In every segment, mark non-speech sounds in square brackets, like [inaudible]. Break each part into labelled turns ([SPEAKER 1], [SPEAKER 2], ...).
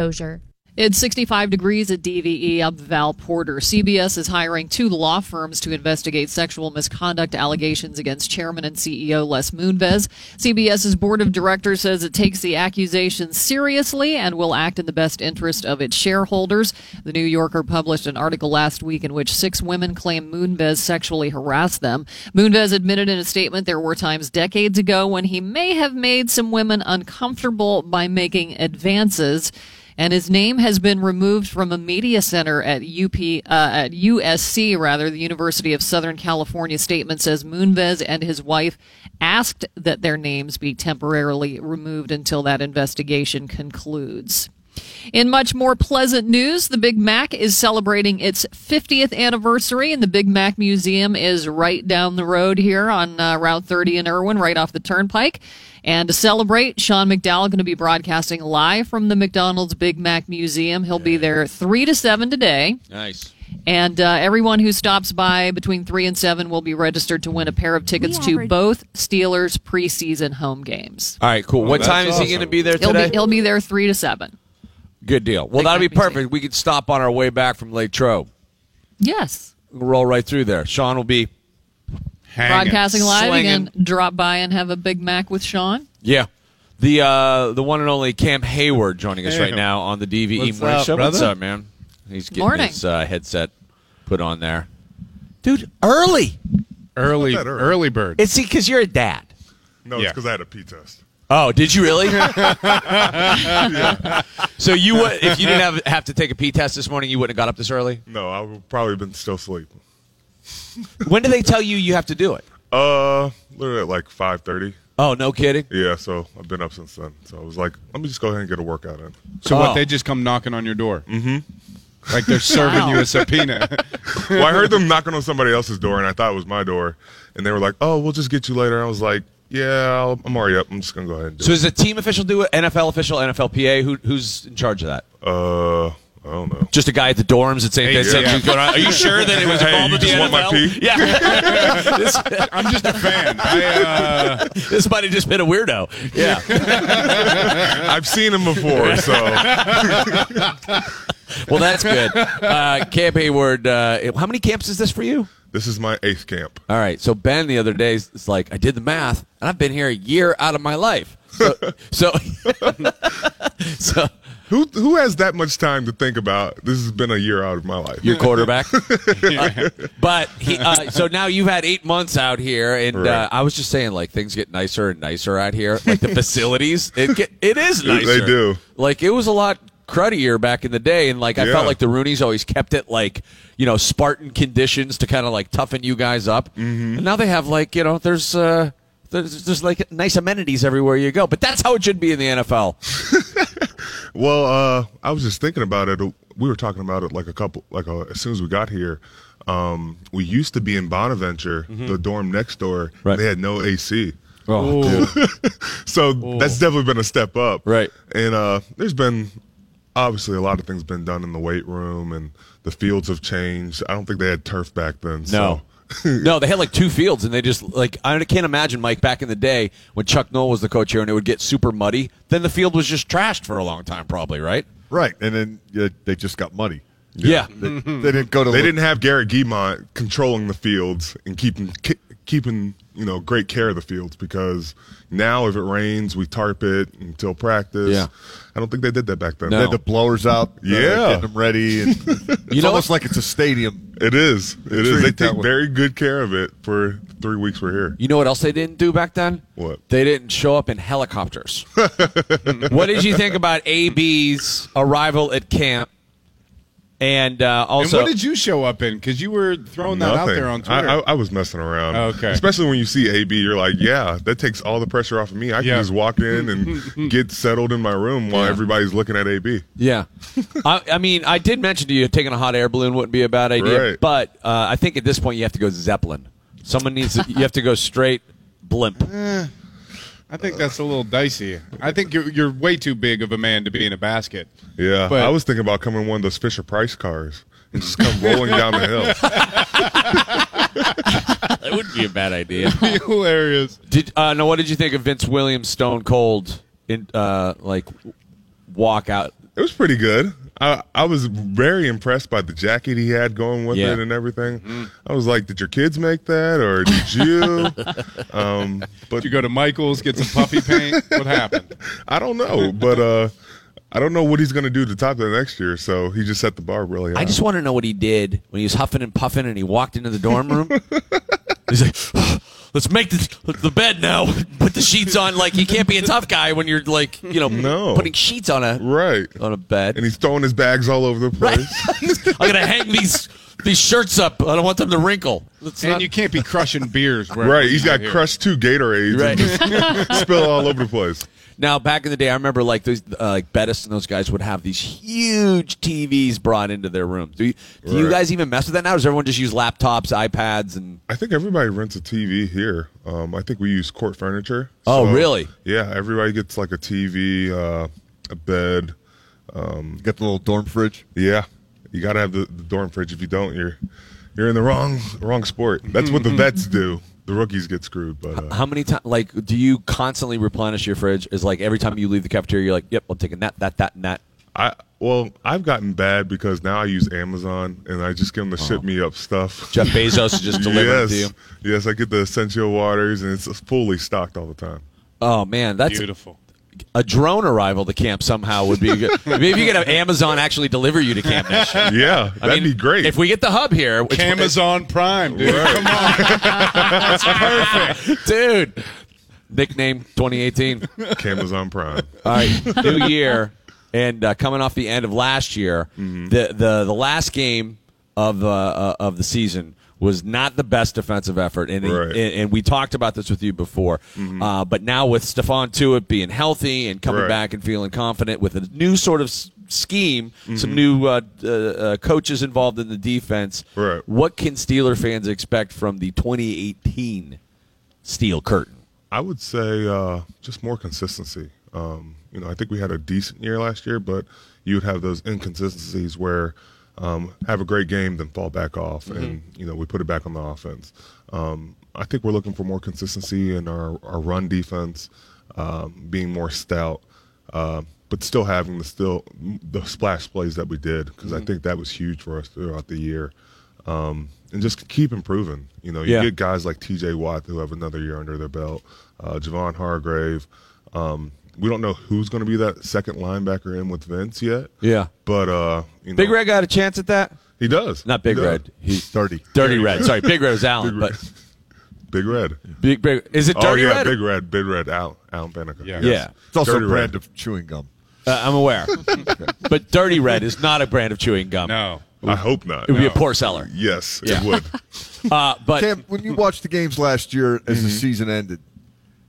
[SPEAKER 1] Mosier.
[SPEAKER 2] It's 65 degrees at DVE. I'm Val Porter. CBS is hiring two law firms to investigate sexual misconduct allegations against chairman and CEO Les Moonves. CBS's board of directors says it takes the accusations seriously and will act in the best interest of its shareholders. The New Yorker published an article last week in which six women claim Moonves sexually harassed them. Moonves admitted in a statement there were times decades ago when he may have made some women uncomfortable by making advances and his name has been removed from a media center at UP uh, at USC rather the University of Southern California statement says Moonves and his wife asked that their names be temporarily removed until that investigation concludes. In much more pleasant news, the Big Mac is celebrating its 50th anniversary, and the Big Mac Museum is right down the road here on uh, Route 30 in Irwin, right off the turnpike. And to celebrate, Sean McDowell going to be broadcasting live from the McDonald's Big Mac Museum. He'll be there three to seven today.
[SPEAKER 3] Nice.
[SPEAKER 2] And uh, everyone who stops by between 3 and 7 will be registered to win a pair of tickets to
[SPEAKER 1] average-
[SPEAKER 2] both Steelers preseason home games.
[SPEAKER 3] All right, cool. what
[SPEAKER 4] that's
[SPEAKER 3] time is he
[SPEAKER 4] awesome.
[SPEAKER 3] going to be there
[SPEAKER 2] He'll
[SPEAKER 3] today?
[SPEAKER 2] be, he'll be there 3 to 7.
[SPEAKER 3] Good deal. Well, that'll be
[SPEAKER 2] Big Mac
[SPEAKER 3] perfect. We could stop on our way back from Latrobe.
[SPEAKER 2] Yes.
[SPEAKER 3] We'll roll right through there. Sean will be,
[SPEAKER 4] Hanging.
[SPEAKER 2] Broadcasting live
[SPEAKER 3] Slinging.
[SPEAKER 2] again. Drop by and have a Big Mac with Sean.
[SPEAKER 3] yeah, the uh, the one and only Cam Hayward joining us
[SPEAKER 4] Hey.
[SPEAKER 3] right now on the DVE
[SPEAKER 4] What's
[SPEAKER 3] Morning
[SPEAKER 4] up,
[SPEAKER 3] Show. What's
[SPEAKER 4] brother?
[SPEAKER 3] up, man? He's getting
[SPEAKER 2] Morning.
[SPEAKER 3] his uh, headset put on there, dude. Early.
[SPEAKER 4] Early,
[SPEAKER 5] Not that early.
[SPEAKER 4] early bird.
[SPEAKER 3] It's because you're a dad.
[SPEAKER 5] No,
[SPEAKER 4] Yeah.
[SPEAKER 5] it's because I had a pee test.
[SPEAKER 3] Oh, did you [laughs] really? So you would, if you didn't have have to take a pee test this morning, you wouldn't have got up this early.
[SPEAKER 5] No, I would probably been still sleeping.
[SPEAKER 3] When do they tell you you have to do it?
[SPEAKER 5] Uh, literally at like five thirty.
[SPEAKER 3] Oh, no kidding.
[SPEAKER 5] Yeah, so I've been up since then. So I was like, let me just go ahead and get a workout in.
[SPEAKER 4] So
[SPEAKER 3] Oh.
[SPEAKER 4] what? They just come knocking on your door. Mm-hmm. Like they're serving
[SPEAKER 2] Wow.
[SPEAKER 4] you a
[SPEAKER 3] [laughs]
[SPEAKER 4] subpoena.
[SPEAKER 5] Well, I heard them knocking on somebody else's door, and I thought it was my door, and they were like, "Oh, we'll just get you later." And I was like, "Yeah, I'll, I'm already up. I'm just gonna go ahead and do
[SPEAKER 3] So
[SPEAKER 5] it."
[SPEAKER 3] does a team official do it? NFL official, NFLPA? Who, who's in charge of that?
[SPEAKER 5] Uh, I don't know.
[SPEAKER 3] Just a guy at the dorms at St.
[SPEAKER 4] Hey,
[SPEAKER 3] Vincent.
[SPEAKER 4] yeah.
[SPEAKER 3] who's going around, Are you sure that it was
[SPEAKER 5] Hey,
[SPEAKER 3] involved
[SPEAKER 5] you
[SPEAKER 3] with the
[SPEAKER 5] just want my
[SPEAKER 3] NFL?"
[SPEAKER 5] pee?
[SPEAKER 4] [laughs]
[SPEAKER 3] Yeah. this,
[SPEAKER 4] I'm just a fan. I, uh,
[SPEAKER 3] this might have just been a weirdo. Yeah.
[SPEAKER 5] I've seen him before, so
[SPEAKER 3] Well, that's good. Uh, Camp Hayward. Uh, how many camps is this for you?
[SPEAKER 5] this is my eighth camp.
[SPEAKER 3] All right. So Ben the other day is is like, I did the math, and I've been here a year out of my life. So, so, [laughs] so
[SPEAKER 5] Who who has that much time to think about? This has been a year out of my life.
[SPEAKER 3] your
[SPEAKER 5] [laughs]
[SPEAKER 3] quarterback. Uh, but he, uh, so now you've had eight months out here, and uh,
[SPEAKER 5] Right.
[SPEAKER 3] I was just saying, like things get nicer and nicer out here. Like the facilities, it get, it is
[SPEAKER 5] They- they
[SPEAKER 3] nicer.
[SPEAKER 5] do.
[SPEAKER 3] Like it was a lot cruddier back in the day, and like I
[SPEAKER 5] Yeah.
[SPEAKER 3] felt like the Roonies always kept it like you know Spartan conditions to kind of like toughen you guys up.
[SPEAKER 5] Mm-hmm.
[SPEAKER 3] And now they have like you know there's. Uh, there's, there's like nice amenities everywhere you go, but that's how it should be in the NFL.
[SPEAKER 5] Well, uh, I was just thinking about it. We were talking about it like a couple, like uh as soon as we got here. Um, we used to be in Bonaventure, the dorm next door.
[SPEAKER 3] Mm-hmm. Right.
[SPEAKER 5] They had no AC.
[SPEAKER 3] Oh,
[SPEAKER 5] So that's definitely been a step up.
[SPEAKER 3] Right.
[SPEAKER 5] And uh, there's been obviously a lot of things been done in the weight room and the fields have changed. I don't think they had turf back then.
[SPEAKER 3] No.
[SPEAKER 5] So. [laughs]
[SPEAKER 3] no, they had like two fields, and they just like I can't imagine Mike back in the day when Chuck Noll was the coach here, and it would get super muddy. Then the field was just trashed for a long time, probably right.
[SPEAKER 6] Right, and then yeah, they just got money.
[SPEAKER 3] Yeah,
[SPEAKER 6] They, they didn't go
[SPEAKER 5] [laughs]
[SPEAKER 6] to.
[SPEAKER 5] They didn't have Garrett Guimont controlling the fields and keeping ki- keeping you know great care of the fields because now if it rains we tarp it until practice.
[SPEAKER 3] Yeah.
[SPEAKER 5] I don't think they did that back then.
[SPEAKER 3] No.
[SPEAKER 6] They had the blowers out. uh,
[SPEAKER 5] Yeah.
[SPEAKER 6] getting them
[SPEAKER 5] [laughs]
[SPEAKER 6] ready. And it's
[SPEAKER 3] know
[SPEAKER 6] almost
[SPEAKER 3] what?
[SPEAKER 6] like it's a stadium.
[SPEAKER 5] It is. It is.
[SPEAKER 6] treated
[SPEAKER 5] They
[SPEAKER 6] that
[SPEAKER 5] take
[SPEAKER 6] way.
[SPEAKER 5] very good care of it for three weeks we're here.
[SPEAKER 3] you know what else they didn't do back then?
[SPEAKER 5] What?
[SPEAKER 3] they didn't show up in helicopters. what did you think about AB's arrival at camp? And uh,
[SPEAKER 4] and
[SPEAKER 3] also,
[SPEAKER 4] what did you show up in? Because you were throwing that out there on Twitter.
[SPEAKER 5] I, I, I was messing around.
[SPEAKER 4] Okay.
[SPEAKER 5] Especially when you see AB, you're like, yeah, that takes all the pressure off of me. I
[SPEAKER 4] Yeah.
[SPEAKER 5] can just walk in and get settled in my room while
[SPEAKER 3] Yeah.
[SPEAKER 5] everybody's looking at AB.
[SPEAKER 3] Yeah, I, I mean, I did mention to you taking a hot air balloon wouldn't be a bad idea,
[SPEAKER 5] Right.
[SPEAKER 3] but uh, I think at this point you have to go zeppelin. Someone needs to, you have to go straight blimp.
[SPEAKER 4] I think that's a little dicey. I think you're, you're way too big of a man to be in a basket.
[SPEAKER 5] Yeah.
[SPEAKER 4] But-
[SPEAKER 5] I was thinking about coming in one of those Fisher Price cars and just come rolling down the hill.
[SPEAKER 3] That wouldn't be a bad idea.
[SPEAKER 4] [laughs] Hilarious.
[SPEAKER 3] [laughs] Did uh, no? What did you think of Vince Williams Stone Cold in uh, like walk out
[SPEAKER 5] It was pretty good. I, I was very impressed by the jacket he had going with
[SPEAKER 3] Yeah.
[SPEAKER 5] it and everything. I was like, did your kids make that or did you? um, but
[SPEAKER 4] Did you go to Michael's, get some
[SPEAKER 5] [laughs]
[SPEAKER 4] puppy paint? what happened?
[SPEAKER 5] I don't know. But uh, I don't know what he's going to do to top that next year. So he just set the bar really high.
[SPEAKER 3] I just want to know what he did when he was huffing and puffing and he walked into the dorm [laughs] room. He's like, "Let's make this, the bed now. Put the sheets on." Like you can't be a tough guy when you're like, you know,
[SPEAKER 5] No.
[SPEAKER 3] putting sheets on a
[SPEAKER 5] right.
[SPEAKER 3] on a bed.
[SPEAKER 5] And he's throwing his bags all over the place.
[SPEAKER 3] I'm gonna hang these these shirts up. I don't want them to wrinkle. Let's
[SPEAKER 4] and
[SPEAKER 3] not-
[SPEAKER 4] you can't be crushing beers. wherever
[SPEAKER 5] Right, he's
[SPEAKER 4] you
[SPEAKER 5] got
[SPEAKER 4] here.
[SPEAKER 5] crushed two Gatorades
[SPEAKER 3] Right.
[SPEAKER 5] and just [laughs] spill all over the place.
[SPEAKER 3] Now, back in the day, I remember like those, uh, like Bettis and those guys would have these huge TVs brought into their rooms. Do you, do you
[SPEAKER 5] Right.
[SPEAKER 3] guys even mess with that now? Or does everyone just use laptops, iPads, and
[SPEAKER 5] I think everybody rents a TV here. Um, I think we use court furniture.
[SPEAKER 3] Oh, really?
[SPEAKER 5] Yeah, everybody gets like a TV, uh, a bed.
[SPEAKER 6] Got the little dorm fridge.
[SPEAKER 5] Yeah, you gotta have the, the dorm fridge. If you don't, you're you're in the wrong wrong sport. That's what the
[SPEAKER 3] Mm-hmm.
[SPEAKER 5] vets do. The rookies get screwed, but uh,
[SPEAKER 3] how many times? Like, do you constantly replenish your fridge? Is like every time you leave the cafeteria, you're like, "Yep, I'm taking that, that, that, and that."
[SPEAKER 5] I well, I've gotten bad because now I use Amazon and I just get them to ship me up stuff.
[SPEAKER 3] Oh.
[SPEAKER 5] [laughs]
[SPEAKER 3] Jeff Bezos is just delivering
[SPEAKER 5] yes,
[SPEAKER 3] it to you.
[SPEAKER 5] yes, I get the essential waters and it's fully stocked all the time.
[SPEAKER 3] Oh man, that's
[SPEAKER 4] Beautiful.
[SPEAKER 3] a drone arrival to camp somehow would be
[SPEAKER 5] [laughs]
[SPEAKER 3] good. Maybe you could have Amazon actually deliver you to Camp Nation.
[SPEAKER 5] Yeah, [laughs]
[SPEAKER 3] [laughs]
[SPEAKER 5] that'd
[SPEAKER 3] I mean,
[SPEAKER 5] be great.
[SPEAKER 3] if we get the hub here. which- [laughs]
[SPEAKER 4] Amazon Prime, dude. Come on. That's perfect.
[SPEAKER 3] dude. Nickname 2018.
[SPEAKER 5] Amazon Prime.
[SPEAKER 3] All right, [laughs] new year, and uh, coming off the end of last year,
[SPEAKER 5] Mm-hmm.
[SPEAKER 3] the, the the last game of uh, uh, of the season was not the best defensive effort, and
[SPEAKER 5] Right. Mm-hmm.
[SPEAKER 3] and, and we talked about this with you before. Uh, but now with Stefan Tuitt being healthy and coming
[SPEAKER 5] Right.
[SPEAKER 3] back and feeling confident with a new sort of s- scheme, some
[SPEAKER 5] Mm-hmm.
[SPEAKER 3] new uh, uh, uh, coaches involved in the defense.
[SPEAKER 5] Right.
[SPEAKER 3] What can Steeler fans expect from the 2018 Steel Curtain?
[SPEAKER 5] I would say uh, just more consistency. Um, you know, I think we had a decent year last year, but you would have those inconsistencies where um, have a great game, then fall back off, and you know we put it back on the offense. Um, I think we're looking for more consistency in our, our run defense, um, being more stout, uh, but still having the still the splash plays that we did because I think that was huge for us throughout the year, um, and just keep improving. You know, you
[SPEAKER 3] Yeah.
[SPEAKER 5] get guys like T.J. Watt who have another year under their belt, uh, Javon Hargrave. Um, we don't know who's going to be that second linebacker in with Vince yet.
[SPEAKER 3] Yeah.
[SPEAKER 5] but uh, you know,
[SPEAKER 3] Big Red got a chance at that.
[SPEAKER 5] he does
[SPEAKER 3] Not Big
[SPEAKER 5] He does.
[SPEAKER 3] Red. He's
[SPEAKER 6] Dirty.
[SPEAKER 3] Dirty Red. Sorry, Big Red was Allen,
[SPEAKER 5] Big Red.
[SPEAKER 3] but
[SPEAKER 5] Big Red.
[SPEAKER 3] Big Big is it
[SPEAKER 5] Oh
[SPEAKER 3] Dirty
[SPEAKER 5] yeah,
[SPEAKER 3] Red?
[SPEAKER 5] Big Red, Big Red, Al Alan Panica.
[SPEAKER 4] Yeah.
[SPEAKER 3] Yeah.
[SPEAKER 6] It's also
[SPEAKER 5] Dirty
[SPEAKER 6] a brand
[SPEAKER 5] Red.
[SPEAKER 6] of chewing gum.
[SPEAKER 3] Uh, I'm aware, but Dirty Red is not a brand of chewing gum.
[SPEAKER 4] No.
[SPEAKER 5] I hope not.
[SPEAKER 3] it would be a poor seller.
[SPEAKER 5] Yes,
[SPEAKER 3] Yeah.
[SPEAKER 5] it
[SPEAKER 6] [laughs]
[SPEAKER 5] would.
[SPEAKER 3] Uh, but
[SPEAKER 6] Cam, when you watched the games last year as the season ended,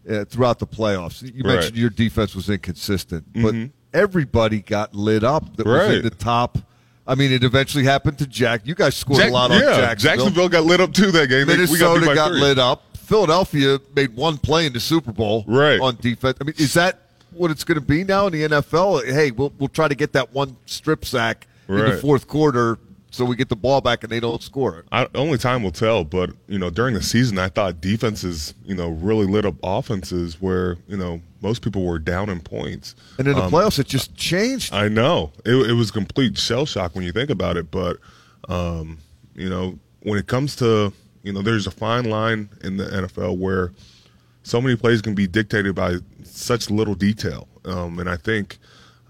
[SPEAKER 6] uh, throughout the playoffs,
[SPEAKER 5] Mm-hmm.
[SPEAKER 6] you
[SPEAKER 5] Right. Mm-hmm.
[SPEAKER 6] mentioned your defense was inconsistent, but everybody got lit up that was
[SPEAKER 5] Right.
[SPEAKER 6] in the top. I mean, it eventually happened to Jack. You guys scored
[SPEAKER 5] Jack-
[SPEAKER 6] a lot on
[SPEAKER 5] yeah, Jacksonville got lit up too that game. They- we
[SPEAKER 6] Minnesota
[SPEAKER 5] beat by
[SPEAKER 6] got,
[SPEAKER 5] three.
[SPEAKER 6] lit up. Philadelphia made one play in the Super Bowl
[SPEAKER 5] Right.
[SPEAKER 6] on defense. I mean, is that what it's going to be now in the NFL? Hey, we'll, we'll try to get that one strip sack in the
[SPEAKER 5] Right.
[SPEAKER 6] fourth quarter so we get the ball back and they don't score.
[SPEAKER 5] I, only time will tell, but you know, during the season, I thought defenses, you know, really lit up offenses where you know most people were down in points.
[SPEAKER 6] And in the
[SPEAKER 5] Um,
[SPEAKER 6] playoffs, it just changed.
[SPEAKER 5] I know it, it was complete shell shock when you think about it, but um, you know when it comes to you know there's a fine line in the NFL where so many plays can be dictated by such little detail, um, and I think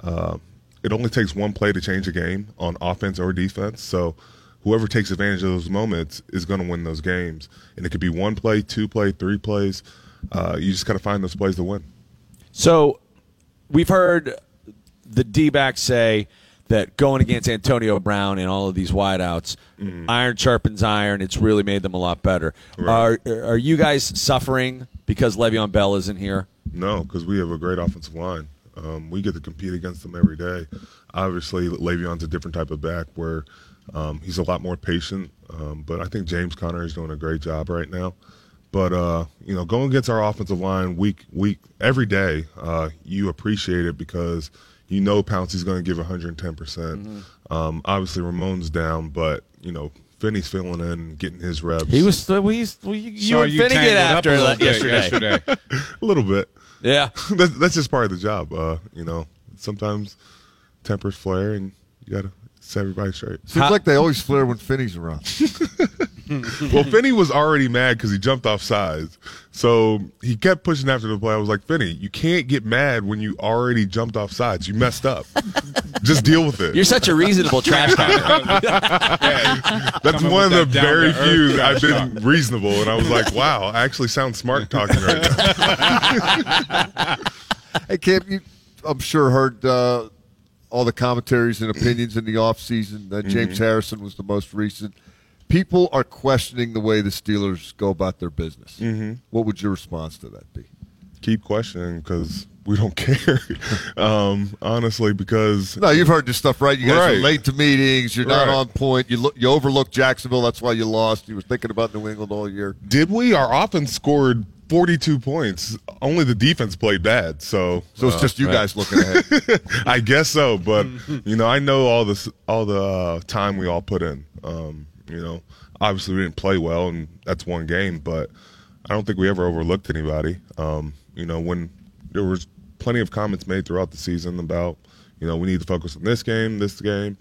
[SPEAKER 5] uh, it only takes one play to change a game on offense or defense. So whoever takes advantage of those moments is going to win those games, and it could be one play, two play, three plays. Uh, you just got to find those plays to win.
[SPEAKER 3] So we've heard the D backs say that going against Antonio Brown and all of these wideouts, iron sharpens iron. It's really made them a lot better. Are are you guys suffering because Le'Veon Bell isn't here?
[SPEAKER 5] No, because we have a great offensive line. Um, we get to compete against them every day. Obviously, Le'Veon's a different type of back where um, he's a lot more patient. Um, but I think James Conner is doing a great job right now. But uh, you know, going against our offensive line week week every day, uh, you appreciate it because you know Pouncey's going to give 110 percent. Um, obviously, Ramon's down, but you know Finney's filling in, getting his reps.
[SPEAKER 3] He was. We, we, you
[SPEAKER 4] Saw
[SPEAKER 3] and Finney get
[SPEAKER 4] tangled up a
[SPEAKER 3] after
[SPEAKER 4] little
[SPEAKER 3] that
[SPEAKER 4] bit
[SPEAKER 3] yesterday.
[SPEAKER 4] yesterday.
[SPEAKER 5] a little bit.
[SPEAKER 3] Yeah.
[SPEAKER 5] [laughs] that's, that's just part of the job. Uh, you know, sometimes tempers flare, and you got to set everybody
[SPEAKER 4] [laughs]
[SPEAKER 5] straight.
[SPEAKER 6] Seems like they always flare when Finney's around.
[SPEAKER 5] well, Finney was already mad because he jumped off sides. So he kept pushing after the play. I was like, Finney, you can't get mad when you already jumped off sides. You messed up.
[SPEAKER 4] [laughs]
[SPEAKER 5] Just deal with it.
[SPEAKER 3] You're such a reasonable trash talker.
[SPEAKER 5] [laughs] That's
[SPEAKER 4] coming
[SPEAKER 5] one of
[SPEAKER 4] with
[SPEAKER 5] the
[SPEAKER 4] that
[SPEAKER 5] very
[SPEAKER 4] down-to-earth
[SPEAKER 5] few
[SPEAKER 4] trash
[SPEAKER 5] I've been reasonable. And I
[SPEAKER 4] [laughs]
[SPEAKER 5] was like, wow, I actually sound smart talking right now.
[SPEAKER 6] Hey, Cam, you, I'm sure heard uh, all the commentaries and opinions in the offseason.
[SPEAKER 5] Mm-hmm.
[SPEAKER 6] Uh, James Harrison was the most recent. People are questioning the way the Steelers go about their business.
[SPEAKER 5] Mm-hmm.
[SPEAKER 6] What would your response to that be?
[SPEAKER 5] Keep questioning because we don't [laughs] care. um, honestly, because
[SPEAKER 6] No, you've heard this stuff, right? You guys are
[SPEAKER 5] Right.
[SPEAKER 6] late to meetings. You're not
[SPEAKER 5] Right.
[SPEAKER 6] on point. You look, you overlooked Jacksonville. That's why you lost. You were thinking about New England all year.
[SPEAKER 5] did we? Our offense scored 42 points. Only the defense played bad. So,
[SPEAKER 6] So it's just you guys
[SPEAKER 5] [laughs]
[SPEAKER 6] looking ahead.
[SPEAKER 5] I guess so, but you know, I know all this, all the uh, time we all put in. Um, you know, obviously we didn't play well, and that's one game, but I don't think we ever overlooked anybody. Um, you know, when there was plenty of comments made throughout the season about, you know, we need to focus on this game, this game,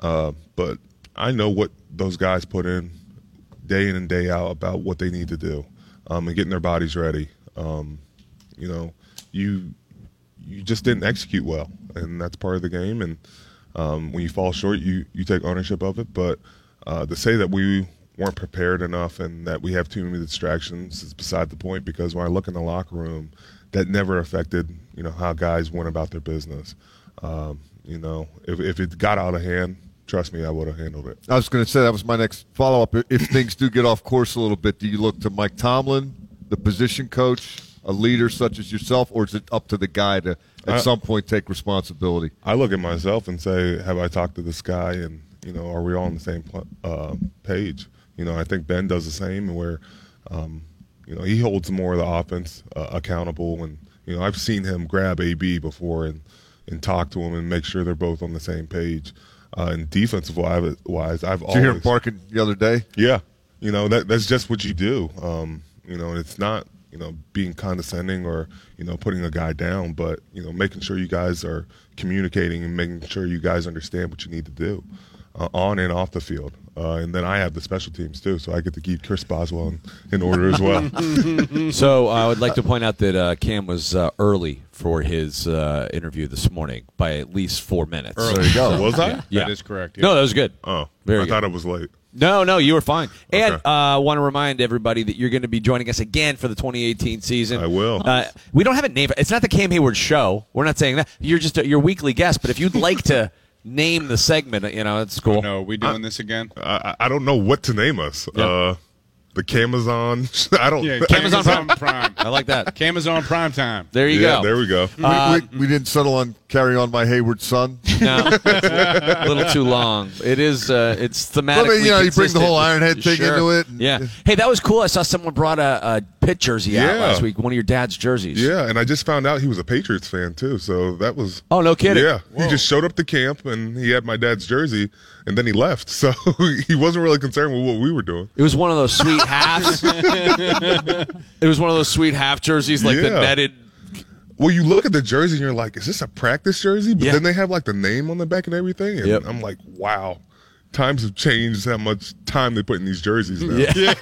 [SPEAKER 5] uh, but I know what those guys put in day in and day out about what they need to do um, and getting their bodies ready. Um, you know, you you just didn't execute well, and that's part of the game. And um, when you fall short, you you take ownership of it. But uh, to say that we weren't prepared enough and that we have too many distractions is beside the point because when I look in the locker room, that never affected you know how guys went about their business. Um, you know, if if it got out of hand, trust me, I would have handled it.
[SPEAKER 6] I was going to say that was my next follow up. If things do get off course a little bit, do you look to Mike Tomlin, the position coach, a leader such as yourself, or is it up to the guy to at
[SPEAKER 5] Uh,
[SPEAKER 6] some point take responsibility?
[SPEAKER 5] I look at myself and say, have I talked to this guy? And you know, are we all on the same pl- uh, page? You know, I think Ben does the same, where um, you know he holds more of the offense uh, accountable, and you know I've seen him grab AB before and and talk to him and make sure they're both on the same page. Uh, and defensive wi- wise, I've
[SPEAKER 6] Did you hear him
[SPEAKER 5] always
[SPEAKER 6] barking the other day?
[SPEAKER 5] yeah, you know that that's just what you do. Um, you know, and it's not you know being condescending or you know putting a guy down, but you know making sure you guys are communicating and making sure you guys understand what you need to do uh, on and off the field. Uh, and then I have the special teams too, so I get to keep Chris Boswell in, in order as
[SPEAKER 3] [laughs]
[SPEAKER 5] well.
[SPEAKER 3] So uh, I would like to point out that uh, Cam was uh, early for his uh, interview this morning by at least four minutes.
[SPEAKER 6] There you go.
[SPEAKER 5] Was I?
[SPEAKER 3] Yeah.
[SPEAKER 4] That is correct, yeah.
[SPEAKER 3] No, that was good.
[SPEAKER 5] Oh,
[SPEAKER 3] very
[SPEAKER 5] I
[SPEAKER 3] good.
[SPEAKER 5] thought it was late.
[SPEAKER 3] No, no, you were fine. And
[SPEAKER 5] Okay.
[SPEAKER 3] I uh, want to remind everybody that you're going to be joining us again for the 2018 season.
[SPEAKER 5] I will.
[SPEAKER 3] Uh, we don't have a name. It's not the Cam Hayward Show. We're not saying that. You're just a, your weekly guest. But if you'd like to [laughs] name the segment, you know, it's cool.
[SPEAKER 4] No, are we doing this again?
[SPEAKER 3] Oh.
[SPEAKER 5] I, I I don't know what to name us.
[SPEAKER 3] Yeah.
[SPEAKER 5] Uh, the Camazon. [laughs] I don't.
[SPEAKER 4] Yeah,
[SPEAKER 3] [laughs] Amazon
[SPEAKER 4] Amazon Prime.
[SPEAKER 3] I like that.
[SPEAKER 4] Amazon Prime time.
[SPEAKER 3] There you
[SPEAKER 5] yeah,
[SPEAKER 3] go.
[SPEAKER 5] there we go.
[SPEAKER 6] we, we, we didn't settle on carry on my Hayward [laughs] son.
[SPEAKER 4] [laughs]
[SPEAKER 3] No, a little too long. It is. Uh, it's thematically.
[SPEAKER 6] Well, I mean, you know, you bring the whole Iron
[SPEAKER 3] consistent.
[SPEAKER 6] Head thing
[SPEAKER 3] Sure.
[SPEAKER 6] into it and-
[SPEAKER 3] yeah. Hey, that was cool. I saw someone brought a, a pit jersey out
[SPEAKER 5] Yeah.
[SPEAKER 3] last week. One of your dad's jerseys.
[SPEAKER 5] Yeah, and I just found out he was a Patriots fan too. So that was
[SPEAKER 3] Oh, no kidding.
[SPEAKER 5] Yeah, he just showed up to camp and he had my dad's jersey, and then he left. [laughs] So he wasn't really concerned with what we were doing.
[SPEAKER 3] It was one of those sweet
[SPEAKER 6] [laughs]
[SPEAKER 3] halves. it was one of those sweet half jerseys, like the
[SPEAKER 5] Yeah.
[SPEAKER 3] netted.
[SPEAKER 5] Well, you look at the jersey and you're like, "Is this a practice jersey?" But
[SPEAKER 3] Yeah.
[SPEAKER 5] then they have like the name on the back and everything, and
[SPEAKER 3] Yep.
[SPEAKER 5] I'm like, "Wow, times have changed. How much time they put in these jerseys
[SPEAKER 3] [laughs]
[SPEAKER 5] now?"
[SPEAKER 3] Yeah.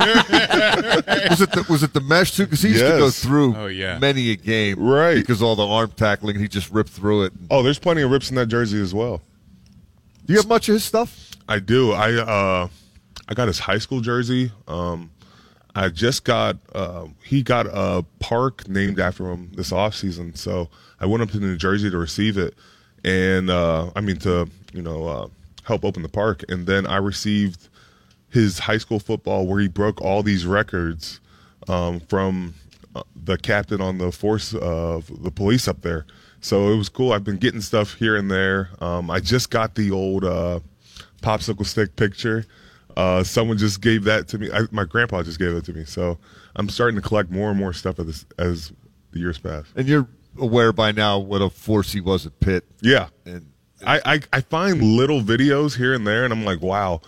[SPEAKER 6] was it the, was it the mesh too? Because he used to go
[SPEAKER 5] Yes.
[SPEAKER 6] through
[SPEAKER 4] Oh, yeah.
[SPEAKER 6] many a game,
[SPEAKER 5] Right.
[SPEAKER 6] Because all the arm tackling, he just ripped through it.
[SPEAKER 5] Oh, there's plenty of rips in that jersey as well.
[SPEAKER 6] Do you have much of his stuff?
[SPEAKER 5] I do. I uh, I got his high school jersey. Um, I just got uh, he got a park named after him this off season. So I went up to New Jersey to receive it, and uh, I mean to you know uh, help open the park. And then I received his high school football where he broke all these records um, from uh, the captain on the force of the police up there. So it was cool. I've been getting stuff here and there. Um, I just got the old uh, popsicle stick picture. Uh, someone just gave that to me. I, my grandpa just gave it to me. So I'm starting to collect more and more stuff of this as the years pass.
[SPEAKER 6] And you're aware by now what a force he was at Pitt.
[SPEAKER 5] Yeah.
[SPEAKER 6] And
[SPEAKER 5] I, I, I find little videos here and there, and I'm like, wow,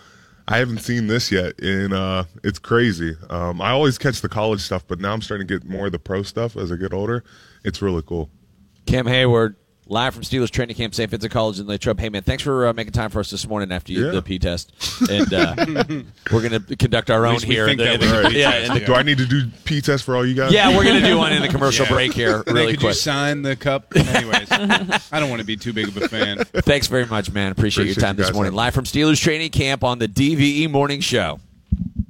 [SPEAKER 5] I haven't seen this yet, and uh, it's crazy. Um, I always catch the college stuff, but now I'm starting to get more of the pro stuff as I get older. It's really cool.
[SPEAKER 3] Cam Hayward, Live from Steelers training camp, St. Vincent College in Latrobe. Hey, man, thanks for uh, making time for us this morning after you,
[SPEAKER 5] Yeah.
[SPEAKER 3] the P test. And
[SPEAKER 6] [laughs]
[SPEAKER 3] uh, we're going to conduct our own
[SPEAKER 4] least we
[SPEAKER 3] here.
[SPEAKER 4] think that was a
[SPEAKER 3] [laughs]
[SPEAKER 4] P
[SPEAKER 3] yeah,
[SPEAKER 4] test,
[SPEAKER 3] and the-
[SPEAKER 4] [laughs]
[SPEAKER 5] Do I need to do P test for all you guys?
[SPEAKER 3] yeah, we're going to do one in the commercial
[SPEAKER 4] Yeah.
[SPEAKER 3] break here
[SPEAKER 4] Hey,
[SPEAKER 3] really
[SPEAKER 4] could
[SPEAKER 3] quick.
[SPEAKER 4] you sign the cup? Anyways, I don't want to be too big of a fan.
[SPEAKER 3] [laughs] Thanks very much, man. Appreciate, your
[SPEAKER 5] Appreciate
[SPEAKER 3] time
[SPEAKER 5] you
[SPEAKER 3] this
[SPEAKER 5] guys
[SPEAKER 3] morning.
[SPEAKER 5] having
[SPEAKER 3] Live from Steelers training camp on the DVE E Morning Show.